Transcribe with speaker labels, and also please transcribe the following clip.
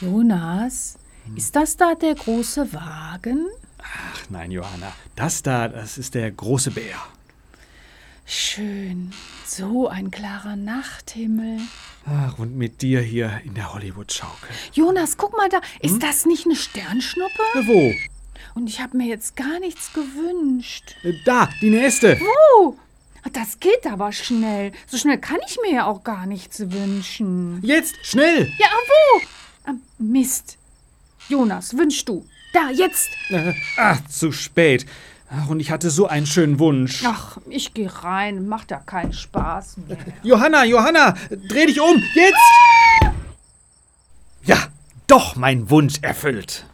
Speaker 1: Jonas, ist das da der große Wagen?
Speaker 2: Ach nein, Johanna, das da, das ist der große Bär.
Speaker 1: Schön, so ein klarer Nachthimmel.
Speaker 2: Ach, und mit dir hier in der Hollywood-Schaukel.
Speaker 1: Jonas, guck mal da, ist das nicht eine Sternschnuppe?
Speaker 2: Äh, Wo?
Speaker 1: Und ich habe mir jetzt gar nichts gewünscht.
Speaker 2: Äh, Da, die nächste.
Speaker 1: Oh, das geht aber schnell. So schnell kann ich mir ja auch gar nichts wünschen.
Speaker 2: Jetzt, schnell.
Speaker 1: Ja, wo? Ah, Mist. Jonas, wünschst du? Da, jetzt.
Speaker 2: Äh, Ach, zu spät. Ach, und ich hatte so einen schönen Wunsch.
Speaker 1: Ach, ich gehe rein, macht da keinen Spaß mehr.
Speaker 2: Johanna, Johanna, dreh dich um, jetzt! Ja, doch mein Wunsch erfüllt.